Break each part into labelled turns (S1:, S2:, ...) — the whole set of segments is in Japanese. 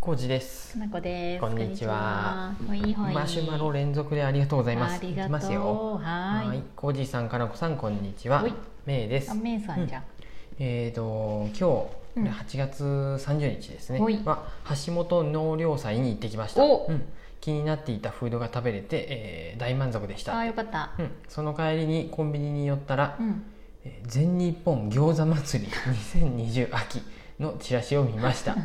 S1: コージです
S2: かなこです。
S1: こんにちは
S2: こんにちは。ほいほい。
S1: マシュマロ連続でありがとうございます
S2: あ
S1: い
S2: りがとう。
S1: きますよ
S2: はーい。
S1: コージさんかなこさんこんにちは
S2: ほい
S1: メイです
S2: あ、めいさんじゃん。
S1: えーと今日、
S2: うん
S1: 8月30日ですね
S2: ほい
S1: は橋本納涼祭に行ってきました、
S2: お
S1: うん気になっていたフードが食べれて、えー大満足でした
S2: あー、よかった。
S1: うん、その帰りにコンビニに寄ったら
S2: うん。
S1: えー全日本餃子祭り2020秋のチラシを見ま した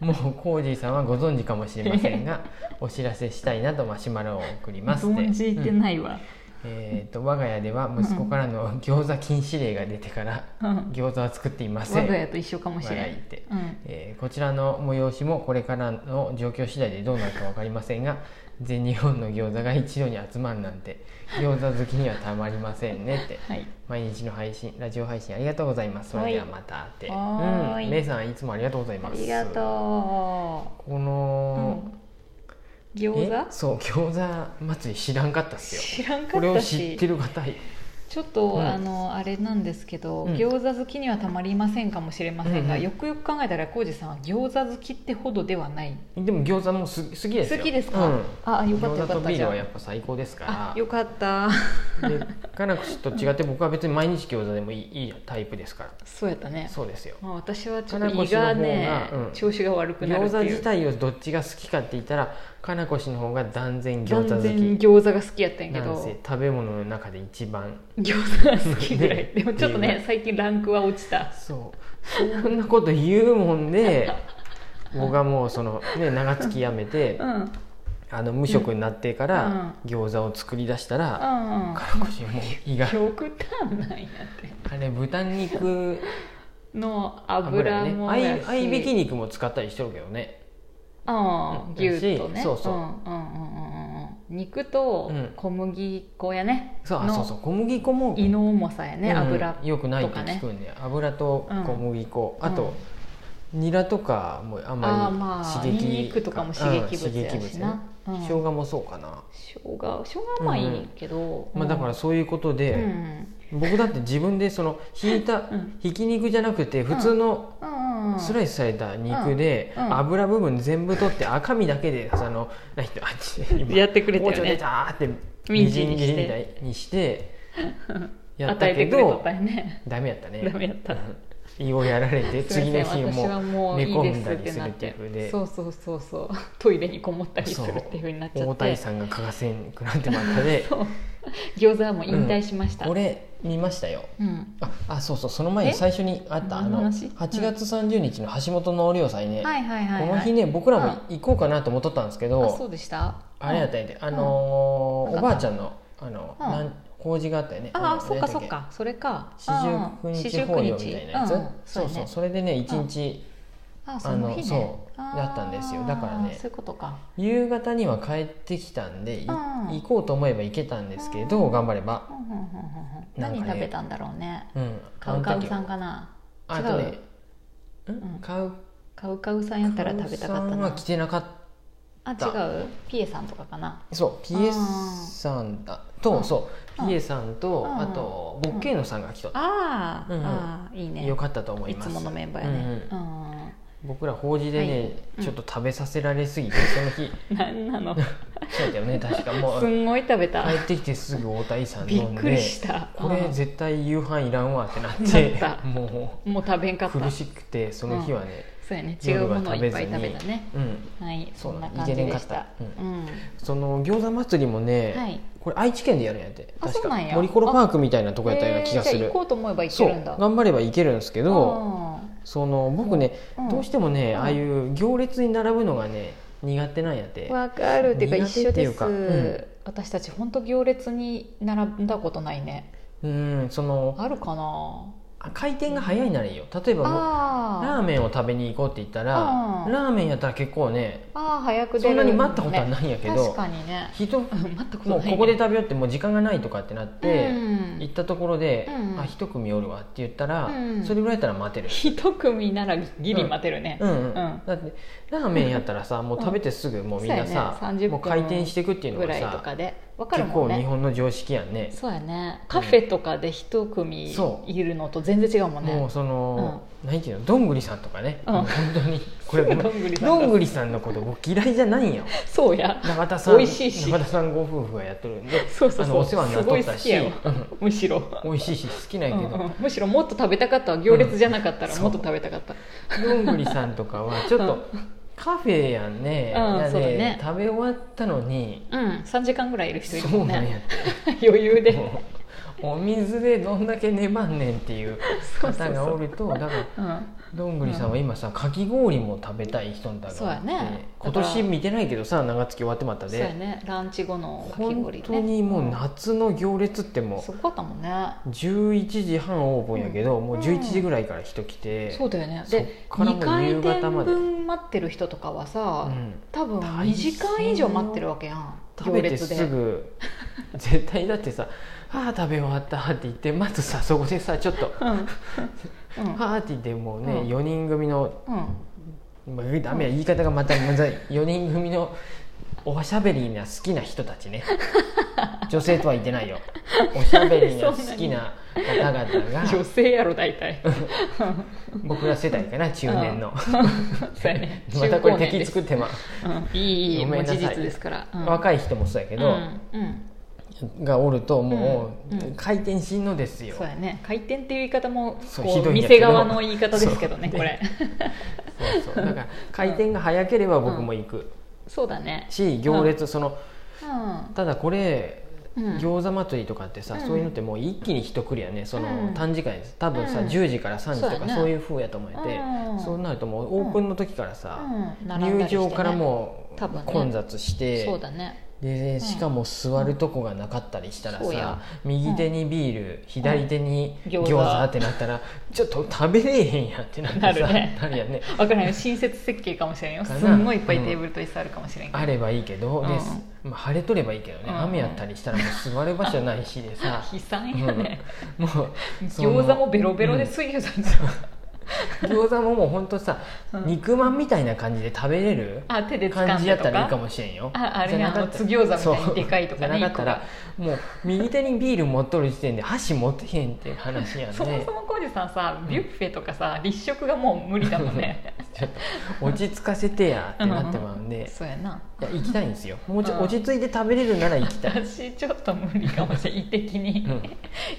S1: もうコージーさんはご存知かもしれませんがお知らせしたいなとマシュマロを送ります
S2: 存じて
S1: うん
S2: ないわ。
S1: えーと我が家では息子からの餃子禁止令が出てから
S2: うん
S1: 餃子は作っていませ
S2: 我
S1: ん
S2: が家と一緒かもしれな
S1: 笑いっ
S2: い。
S1: て、
S2: うん。
S1: えーこちらの催しもこれからの状況次第でどうなるか分かりませんが全日本の餃子が一度に集まるなんて餃子好きにはたまりませんねって
S2: はい。
S1: 毎日の配信ラジオ配信ありがとうございますそれではまたって
S2: はーい
S1: うん、めいさんいつもありがとうござい
S2: あ
S1: ます
S2: りがと
S1: こ
S2: う。うん
S1: の、。え
S2: 餃子？
S1: そう餃子祭り知らんかったっすよ
S2: 知らんか
S1: これ
S2: っ
S1: を
S2: た
S1: 知っ。
S2: して
S1: る方い
S2: ちょっと、
S1: うん
S2: あのあれなんですけど、
S1: うん
S2: 餃子好きにはたまりませんかもしれませんが、
S1: うんうん
S2: よくよく考えたら浩二さんは餃子好きってほどではない
S1: でも餃子もす好きですよ
S2: 好きですか
S1: うん、
S2: あよかったよ
S1: 餃子
S2: か
S1: と
S2: った
S1: ビー
S2: じ
S1: ル
S2: ゃ
S1: はやっぱ最高です
S2: あ
S1: か
S2: あよかった
S1: らでかなこちと違って僕は別に毎日餃子でもいいいいタイプですから
S2: そうやったね
S1: そうですよ
S2: まあ、私はちょっ
S1: 金
S2: と
S1: 越
S2: 胃が
S1: の
S2: ね
S1: 方がうん
S2: 調子が悪くなるっ
S1: 餃
S2: て
S1: 子
S2: い
S1: 自
S2: う
S1: 体をどっちが好きかって言ったらかなこ氏の方が断然餃子
S2: 断
S1: 好
S2: 然
S1: き
S2: 餃子が好きやったんやけ
S1: なん
S2: ど
S1: せ食べ物の中で一番
S2: 餃子が好きぐら い、
S1: ね
S2: でもちょっと
S1: っていう
S2: ね最近ランクは落ちた
S1: そうそんなこと言うもんで僕はもうその、ね、長月辞めて
S2: うんうん
S1: あの無職になってから餃子を作り出したら、
S2: うん
S1: 辛口もう胃が
S2: 極端なんやって
S1: あれ豚肉
S2: の
S1: 油
S2: 油
S1: ね
S2: も
S1: 合
S2: や
S1: い
S2: し
S1: 合いびき肉も使ったりしてるけどね
S2: うん、
S1: だし
S2: 牛とね
S1: そうそうん
S2: うんうんうんうん肉と
S1: うん
S2: 小麦粉やね、
S1: そうあ
S2: の
S1: そうそう小麦粉も
S2: 胃の重さやね、
S1: うん
S2: 油
S1: 良くない
S2: と
S1: って
S2: か
S1: 聞
S2: ね
S1: くんで、油と小麦粉、
S2: うん
S1: あと、ニラとかもあん
S2: あ
S1: ま
S2: ーまあ
S1: り刺激
S2: ニンニクとかも刺激物や
S1: うん刺
S2: し
S1: 激
S2: な、う
S1: 物
S2: ん、
S1: ね
S2: 生
S1: 生
S2: 姜
S1: 姜もそうかな、
S2: 生姜はまあいいけど、
S1: まあ、だからそういうことで、
S2: うん、うん
S1: 僕だって自分でその引いた
S2: うん
S1: ひき肉じゃなくて普通の
S2: うんうん、
S1: スライスされた肉で
S2: うんうん
S1: 油部分全部取って赤身だけでその何てあっち今
S2: やってくれたよ
S1: 包
S2: ね
S1: 丁でジャーって
S2: み
S1: み
S2: じ
S1: じ
S2: ん
S1: ん
S2: に
S1: 切
S2: し
S1: り
S2: て
S1: みたいにしてやった
S2: 与えて
S1: け
S2: くれとっ
S1: ど
S2: たよね
S1: ダメやったね
S2: ダメやった
S1: うん胃をやられて
S2: すい
S1: 次
S2: ませ
S1: の
S2: ん
S1: 日
S2: 私は
S1: も
S2: も
S1: う
S2: う
S1: 寝
S2: いい
S1: 込
S2: で
S1: ん
S2: す
S1: だ
S2: っ
S1: り
S2: て
S1: する
S2: な
S1: っ
S2: って
S1: い
S2: て
S1: うふうで
S2: そうそうそうそうトイレにこもったりするっていうふうになっちゃ
S1: 大
S2: って
S1: 谷さんが欠かせんくなってまったで
S2: そう餃子はもう引退しました、
S1: これ見ましたよ
S2: うん
S1: ああそうそうその前に
S2: え
S1: 最初にあったあ
S2: 何の
S1: の
S2: 話
S1: 8月30日の橋本納涼祭ね、
S2: はいはいはい、はい、
S1: この日ね僕らも行こうかなと思っとったんですけど、
S2: あそうでした
S1: あれやったんやで、あのー
S2: うん
S1: おばあちゃんのあの、
S2: うん
S1: なん法事があったよね
S2: ああ
S1: の
S2: そっかそ
S1: 何や
S2: っ
S1: たっ
S2: かそれか
S1: け四十九日法要みたいなやつ、
S2: うんうん
S1: そうそう
S2: やね
S1: それでね一日、
S2: あその
S1: あ
S2: 日ね
S1: のそう
S2: あー
S1: だったんですよだからね
S2: そういうことか
S1: 夕方には帰ってきたんで、い
S2: うん
S1: 行こうと思えば行けたんですけど、
S2: うん
S1: 頑張れば
S2: ふんふんふんふんふん
S1: なんか
S2: 何
S1: ね
S2: 食べたんだろうね
S1: うん
S2: カウカウさん
S1: が
S2: かな
S1: あとねん
S2: うん
S1: カウ
S2: カウカウさんやったら食べたかっ
S1: カウさ
S2: た
S1: んは
S2: な
S1: 来てなかった
S2: あ違うピエさんとかかな
S1: そう
S2: あ
S1: PS
S2: ー
S1: さんだ
S2: う
S1: と
S2: ん
S1: そう
S2: うん
S1: PA さんと
S2: うん
S1: あとボッケーノさんが来とっ
S2: あー、
S1: うんうん
S2: あーいい
S1: て
S2: ね
S1: よかったと思い
S2: い
S1: ます
S2: つものメンバーやねうん
S1: 僕ら法事で
S2: は
S1: ね
S2: うん
S1: ちょっと食べさせられすぎてその日
S2: なんなの
S1: そうだよ ね確かも
S2: す
S1: うん
S2: ごい食べた
S1: 帰ってきてすぐ大谷さん
S2: び
S1: 飲
S2: っ
S1: ん
S2: くり
S1: で
S2: した
S1: これ
S2: うん
S1: 絶対夕飯いらんわってなって
S2: なった
S1: も
S2: もう食べんか
S1: う
S2: った
S1: 苦しくてその日はね
S2: そうやね違
S1: 夜
S2: う
S1: は
S2: ものを
S1: 食
S2: い
S1: べ
S2: っぱ
S1: ず
S2: い食べ
S1: に
S2: たね
S1: うん
S2: はい
S1: そ
S2: そ
S1: うんな
S2: なん感じでし
S1: いけれ
S2: た
S1: んかった
S2: うん
S1: その餃子祭りも
S2: は
S1: ね
S2: い
S1: これ愛知県でやるんやって
S2: あ
S1: 確
S2: そうなん
S1: か
S2: や
S1: モリコロパークみたいなとこやったような気がす
S2: えーじゃあ
S1: る
S2: 行こうと思えば行
S1: そ
S2: けるん
S1: う
S2: だ
S1: 頑張ればいけるんですけどその僕ね、
S2: うん
S1: どうしてもね、
S2: うん
S1: ああいう行列に並ぶのがね苦手なんやって、
S2: わかるっていうか
S1: 苦手
S2: 一緒
S1: ってい
S2: で
S1: う
S2: す、
S1: かうん
S2: 私たち本当行列に並んだことないね
S1: うんその
S2: あるかな
S1: あ回転が早いならいいよ例えばもうラ
S2: あー
S1: ーメンを食べに行こうって言ったら
S2: うん
S1: ラーメンやったら結構ね
S2: あー早く出
S1: そ
S2: る
S1: んなに待ったことはないんやけ
S2: 確
S1: ど、
S2: かにね
S1: 人
S2: うん待ったこと
S1: もう
S2: ないね
S1: ここで食べようってもう時間がないとかってなって、
S2: うん
S1: 行ったところで「
S2: うん
S1: あ一組おるわ」って言ったら、
S2: うん
S1: それぐらいやったら待てる。
S2: 一組ならギリ待てるね、
S1: うんうん
S2: うん
S1: だってラーメンやったらさもう食べてすぐもうみんなさ、
S2: そうやね30
S1: もう回転していくっていうの
S2: ぐ
S1: が
S2: らいと
S1: さ
S2: かでわかる
S1: 結
S2: もん
S1: 構日
S2: ね
S1: 本の常識やんね
S2: そうやねカフェとかで一組
S1: そ
S2: いるのと全然違うもんね
S1: もうその、何ていうのどんぐりさんとかね、
S2: うん
S1: もう本当 にこれごめん
S2: どんぐりさんが
S1: どんぐりさんのこと僕嫌いじゃないんよ
S2: そうや
S1: 永田さん
S2: 美味しいし
S1: 永田さんご夫婦がやっとるんで
S2: そうそう
S1: あ
S2: そ
S1: の
S2: う
S1: お世話になっとった
S2: す
S1: し
S2: ごい好き
S1: う
S2: や
S1: ん
S2: むしろ
S1: 美味しいし好きなんやけど、
S2: うんうんむしろもっと食べたかったわ行列じゃなかったら
S1: うん
S2: もっと食べたかった、
S1: どんぐりさんとかはちょっ
S2: う
S1: とカフェやんね,、
S2: うん
S1: やで
S2: そうだね
S1: 食べ終わったのに
S2: うん、3時間ぐらいいる人いる
S1: そ
S2: も
S1: うんなんや
S2: ね
S1: っ
S2: 余裕
S1: て
S2: で
S1: もうお水でどんだけ粘んねんっていう
S2: そうそ
S1: 方
S2: うそ
S1: が
S2: う
S1: おるとだから
S2: うん
S1: どんぐりさんは今さかき氷も食べたい人だ
S2: そう
S1: が
S2: や
S1: って、
S2: ね
S1: 今
S2: だか
S1: 年
S2: ら
S1: 見てないけどさ長月終わってまった
S2: そう
S1: で、
S2: やねランチ後のかき
S1: 本
S2: 氷
S1: 当に
S2: ね
S1: もうん夏の行列っても
S2: すごかったもんね
S1: う11時半オープンやけど、もう11時ぐらいから人来て、
S2: そうだよね
S1: そっ
S2: で
S1: からもう
S2: 2回
S1: 夕
S2: 転
S1: 方まで
S2: 分待ってる人とかはさ、
S1: うん
S2: 多分
S1: 大
S2: 2時間以上待ってるわけやん
S1: 食
S2: 行
S1: べて
S2: 列です
S1: ぐ絶対だってさ「ああ食べ終わった」って言ってまずさそこでさちょっと「
S2: うん、うん
S1: ああ」って言ってもうね、
S2: うん
S1: 4人組の
S2: うん、
S1: まあダメや言い方がまたまざい4人組のおしゃべりな好きな人たち ね女性とは言ってないよおしゃべりな好きな方々が
S2: 女性やろ大 体
S1: 僕ら世代かな中年の
S2: そうやね
S1: またこれ
S2: 中高年
S1: 敵
S2: です
S1: 作ってま
S2: うんいいいい
S1: ご
S2: も
S1: め
S2: うん
S1: なさ
S2: 事
S1: い
S2: 実ですから、うん、
S1: 若い人もそうやけ
S2: う
S1: ど、
S2: んうん
S1: がおるともう、
S2: うんうん
S1: 回転しんのですよ
S2: そうやね回転っていう言い方も
S1: そう
S2: こ
S1: ひど
S2: う
S1: いんやけ
S2: 店
S1: ど
S2: 側の言い方ですけどね
S1: そう
S2: これ
S1: そうそうだから回転が早ければ僕も行く
S2: そうだね
S1: し行列その
S2: うん
S1: ただこれ
S2: うん
S1: 餃子祭りとかってさ、
S2: うん
S1: そういうのってもう一気に一繰りやねそ
S2: うん
S1: の短時間です多分さ、
S2: うん
S1: 10時から3時
S2: そ
S1: と
S2: う
S1: か
S2: やね
S1: そういう風やと思えて、
S2: うん
S1: そうなるともうオープンの時からさ、
S2: うん並ん
S1: 入
S2: だりしてね
S1: 場からも
S2: 多分ね
S1: う混雑して、
S2: そうだね
S1: でしかも座るとこがなかったりしたら
S2: そう
S1: さ
S2: や、
S1: 右手にビール、左手に
S2: 餃
S1: 餃
S2: 子
S1: 子ってなったらちょっと食べれへんやんってなってさ
S2: なるね
S1: なるやんね
S2: 分からへん親切設計かもしれんよす
S1: かなん
S2: ごいいっぱいテーブルと椅子あるかもしれんけど、
S1: あればいいけど、で
S2: うん
S1: まあ、晴れとればいいけどね、
S2: うん
S1: 雨やったりしたらもう座る場所ないしで さ
S2: 悲惨やね、
S1: うんもうその
S2: 餃子もベロベロで
S1: うん
S2: 水牛さん、
S1: 餃子ももうほんとさ、
S2: うん
S1: 肉まんみたいな感じで食べれる
S2: あ手で掴んでとか
S1: 感じやったらいいかもしれんよ
S2: ああれ
S1: じゃ
S2: や
S1: なかった
S2: あの津餃子みたいに
S1: そう
S2: でかいとかね
S1: じゃなかったらもう右手にビール持っとる時点で箸持ってへんっていう話やん
S2: そも
S1: で
S2: そも浩二さんさビュッフェとかさ立食がもう無理だもんね
S1: ちょっと 落ち着かせてやってなってまうんで、
S2: そうやない
S1: や行きたいんですよもうちょ、
S2: うん
S1: 落ち着いて食べれるなら行きたい
S2: 私ちょっと無理か もしれん意的に、
S1: うん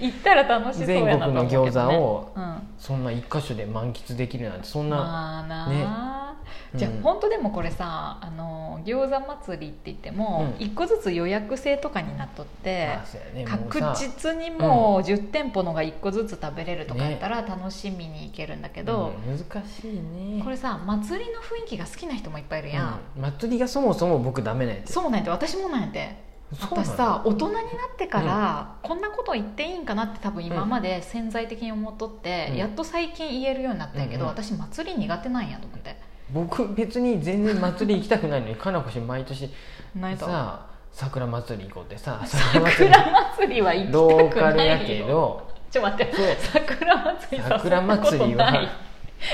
S2: 行ったら楽しそうやなと思うけど、ね、
S1: 全国の餃子を
S2: うん
S1: そんな一箇所で満喫できるなんてそんな、
S2: まあなあ、じゃあ、
S1: うん
S2: 本当でもこれさあの餃子祭りって言っても、
S1: うん
S2: 一個ずつ予約制とかになっとって
S1: まあ、そうやねもう
S2: 確
S1: さ
S2: 実にもう10店舗のが一個ずつ食べれるとかやったら楽しみに行けるんだけど、
S1: うん難しいね
S2: これさ祭りの雰囲気が好きな人もいっぱいいるやん、
S1: うん祭りがそもそも僕ダメなんやて
S2: そうなんやて私もなんやて
S1: そうなの
S2: 私さ大人になってから、こんなこと言っていいんかなって多分今まで潜在的に思っとって、
S1: うん
S2: やっと最近言えるようになったんやけ
S1: う
S2: ど、
S1: んうん
S2: 私祭り苦手なんやと思って。
S1: 僕別に全然祭り行きたくないのにかなこ氏毎年
S2: ないと
S1: さ桜祭り行こうってさ
S2: 桜祭りは行
S1: ロ
S2: き
S1: ー
S2: た
S1: カ
S2: く
S1: ル
S2: な
S1: や
S2: い
S1: け
S2: よ
S1: ど
S2: ちょっと待って
S1: そう
S2: 桜祭りさ
S1: 桜
S2: そんな
S1: 祭
S2: こ
S1: り
S2: とない
S1: は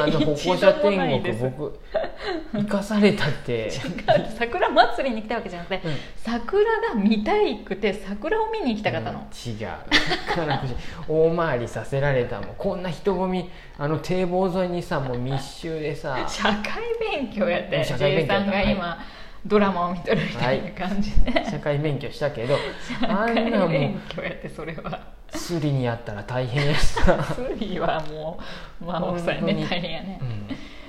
S1: あの
S2: 一度も
S1: 歩行者
S2: な
S1: 天
S2: いで
S1: 国
S2: す
S1: 僕行かされた って、
S2: 違う桜祭りに来たわけじゃなくて
S1: うん
S2: 桜が見たいくて桜を見に行きたかったの、
S1: うん違うかなこ氏大回りさせられたもんこんな人混みあの堤防沿いにさもう密集で さ
S2: 社会勉強やって
S1: 社会
S2: J
S1: 勉強
S2: さ
S1: やった
S2: んが今、ドラマを見とるみたいな感じで、
S1: 社会勉強したけどあ
S2: 社
S1: ん
S2: 会
S1: なも
S2: 勉
S1: ん
S2: 強やってそれは
S1: スリにあったら大変やし さ
S2: 祭りはもうまあおさやね
S1: 本当に
S2: 大変やね、
S1: うん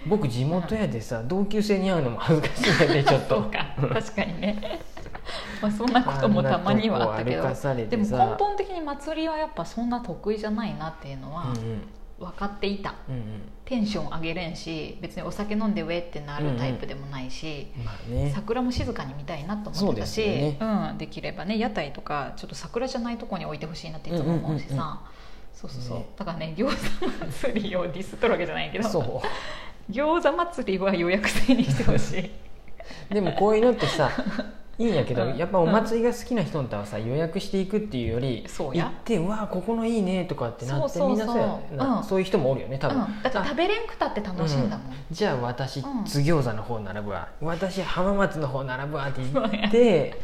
S1: 僕地元やでさ同級生に会うのも恥ずかしいやでちょっ
S2: そう
S1: と
S2: か確かにね まあそんなこともたまにはあったけ
S1: あんなとこ歩かされ
S2: どで
S1: て
S2: も
S1: さ
S2: 根本的に祭りはやっぱそんな得意じゃないなっていうのは分かっていた、
S1: うんうん
S2: テンション上げれんし別にお酒飲んでウェーってなるタイプでもないし、
S1: うんまあね
S2: 桜も静かに見たいなと
S1: そ
S2: 思
S1: う
S2: っ
S1: で
S2: てた
S1: す
S2: し
S1: よね
S2: うん、できればね屋台とかちょっと桜じゃないとこに置いてほしいなっていつも思うしさ、
S1: うんうんうん
S2: そうそうそう、
S1: ね
S2: だからね餃子祭りをディスっとるわけじゃないけど
S1: そ
S2: 餃子祭りは予約制にしてほしい
S1: うでもこういうのってさいいんやけど、
S2: うん
S1: やっぱお祭りが好きな人とはさ予約していくっていうより
S2: そ
S1: 行
S2: うや
S1: ってうわあここのいいねとかってなって
S2: そ
S1: み
S2: うそうそう
S1: んなそうやねな
S2: うん
S1: そういう人もおるよね多
S2: うん、
S1: 分、
S2: だって食べれんくたって楽しいんだもん、
S1: じゃあ私
S2: うん
S1: 津餃子の方並ぶわ私浜松の方並ぶわって言
S2: そうや
S1: って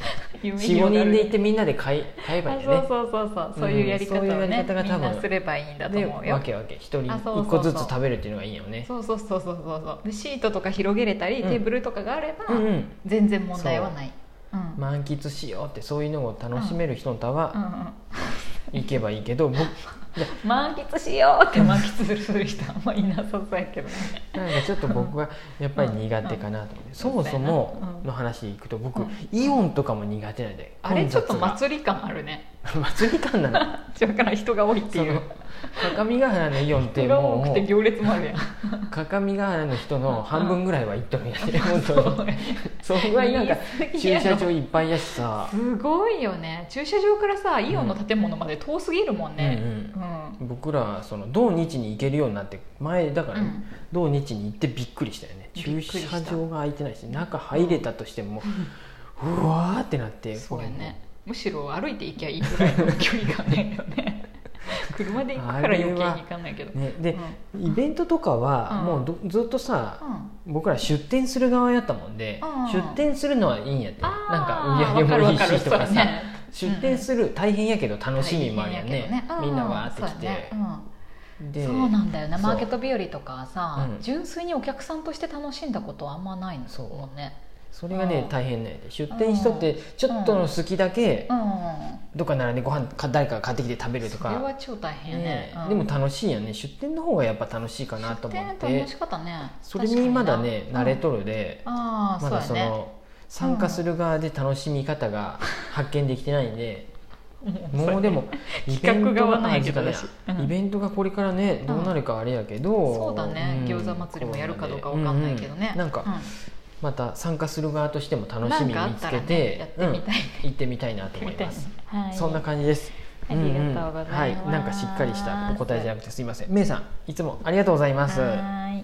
S2: 夢
S1: 45
S2: 広が
S1: 人
S2: る
S1: で行ってみんなで買い買えばいいね
S2: あそうそうそうそうそういうやり方を
S1: うん
S2: ね、
S1: そういうやり方が多分
S2: みんなすればいいんだと
S1: で
S2: 思うよ
S1: 分け分け一人
S2: あそうそうそう
S1: 一個ずつ食べるっていうのがいいよね
S2: そうそうそうそうそうそうでシートとか広げれたり、
S1: うん
S2: テーブルとかがあれば、
S1: うんうん
S2: 全然問題はないうん
S1: 満喫しようってそういうのを楽しめる人とは
S2: うんうん
S1: 行けばいいけど、僕
S2: 満喫しようって満喫する人あんまいなさそうや けどね
S1: なんかちょっと僕はやっぱり苦手かなと思って、そもそも
S2: うん
S1: の話でいくと僕、
S2: うん
S1: イオンとかも苦手なんで
S2: あれちょっと
S1: 混雑
S2: 祭り感あるね
S1: が祭り感なの
S2: だから人が多いって
S1: そ
S2: い
S1: の
S2: う
S1: 各務原のイオンって
S2: 人が
S1: も
S2: 多くて
S1: う
S2: 行列もあるやん
S1: 各務原の人の半分ぐらいは行っとるんやで、本
S2: そ
S1: 当に
S2: うね
S1: そんぐらいなんか
S2: 言い過ぎ
S1: 駐
S2: やろ
S1: 車場いっぱいやしさ
S2: すごいよね駐車場からさイオンの建物まで遠すぎるもんね
S1: う
S2: うん
S1: 僕らその土日に行けるようになって前だから、
S2: うん
S1: 土日に行ってびっくりしたよね
S2: びっく
S1: 駐
S2: りした
S1: 車場が空いてないし中入れたとしても、うわーってなって
S2: そうやねむしろ歩いて行きゃいいぐらいの距離感ね ね車で行くから余計に行かないけど、
S1: ねで、
S2: う
S1: イベントとかは
S2: うん
S1: もうどずっとさ、
S2: ん
S1: 僕ら出店する側やったもんで、
S2: うん
S1: 出店するのはいいんやって
S2: あー
S1: なんか売り上げもいいしとか
S2: わるわるそ
S1: さ
S2: うね
S1: 出店する大変やけど楽しみもあるやんね,、
S2: 大変やけどね
S1: みんなわーって来
S2: そうやね
S1: て
S2: う、ん
S1: で
S2: そうなんだよね
S1: そう
S2: マーケット日和とかはさ、
S1: うん
S2: 純粋にお客さんとして楽しんだことはあんまないの
S1: そう
S2: もんね
S1: それがね、
S2: うん
S1: 大変なんやで出店しとってちょっとの好きだけ、
S2: うん
S1: どっか並んでご飯か誰かが買ってきて食べると
S2: それは
S1: か、
S2: 超大変やね
S1: ね
S2: うん
S1: でも楽しいやんね出店の方がやっぱ楽しいかなと思っ
S2: 出店
S1: て
S2: 楽しかったね
S1: それにまだね
S2: 確かにな
S1: 慣れとるで、
S2: ああ
S1: まだ
S2: そ
S1: そう
S2: やね
S1: の参加する側で楽しみ方が発見できてないん で、もうでもイベン
S2: 企画
S1: ト
S2: 側
S1: が
S2: な
S1: あ
S2: いけ
S1: そ
S2: ど
S1: うだね
S2: 私うん
S1: イベントがこれからねどうなるかあれやけど、
S2: そうだね、
S1: うん
S2: 餃子祭りもやるかどうかわかんないけどね、
S1: うんうんなんか、また参加する側としても
S2: うん
S1: 楽しみ
S2: なん
S1: 見
S2: か
S1: つ
S2: あった
S1: けて
S2: らね、やってみたいね、
S1: 行ってみたいなと思います。
S2: はい
S1: そんな感じです。
S2: ありがとうございます
S1: うんうんはい、なんかしっかりしたお答えじゃなくてすいません。めいさん、いつもありがとうございます。
S2: はい